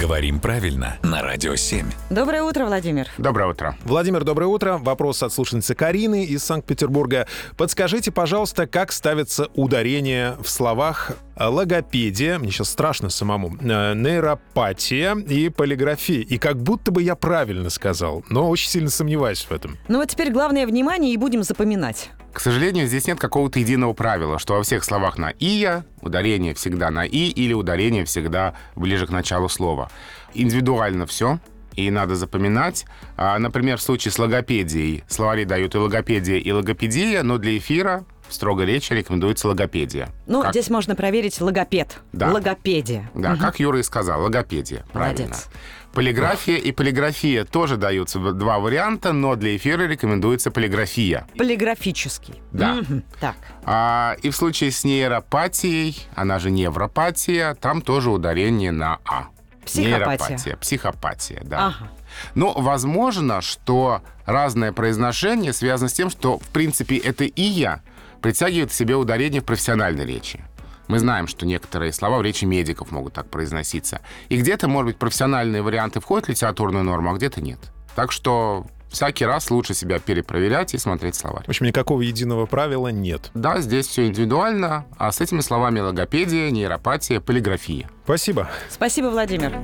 Говорим правильно на Радио 7. Доброе утро, Владимир. Доброе утро. Владимир, доброе утро. Вопрос от слушательницы Карины из Санкт-Петербурга. Подскажите, пожалуйста, как ставится ударение в словах логопедия, мне сейчас страшно самому, э, нейропатия и полиграфия. И как будто бы я правильно сказал, но очень сильно сомневаюсь в этом. Ну вот теперь главное внимание и будем запоминать. К сожалению, здесь нет какого-то единого правила, что во всех словах на «ия» ударение всегда на «и» или ударение всегда ближе к началу слова. Индивидуально все, и надо запоминать. А, Например, в случае с логопедией словари дают и логопедия, и логопедия, но для эфира в строгой речи рекомендуется логопедия. Ну, Как- здесь можно проверить логопед. Да. Логопедия. Да, как Юра и сказал, логопедия. Правильно. Молодец. Полиграфия и полиграфия тоже даются в- два варианта, но для эфира рекомендуется полиграфия. Полиграфический. Да. Мгм. Так. А, и в случае с нейропатией, она же невропатия, там тоже ударение на А. Психопатия. Нейропатия, психопатия, да. Ага. Но возможно, что разное произношение связано с тем, что, в принципе, это и я притягивает к себе ударение в профессиональной речи. Мы знаем, что некоторые слова в речи медиков могут так произноситься. И где-то, может быть, профессиональные варианты входят в литературную норму, а где-то нет. Так что всякий раз лучше себя перепроверять и смотреть словарь. В общем, никакого единого правила нет. Да, здесь все индивидуально, а с этими словами логопедия, нейропатия, полиграфия. Спасибо. Спасибо, Владимир.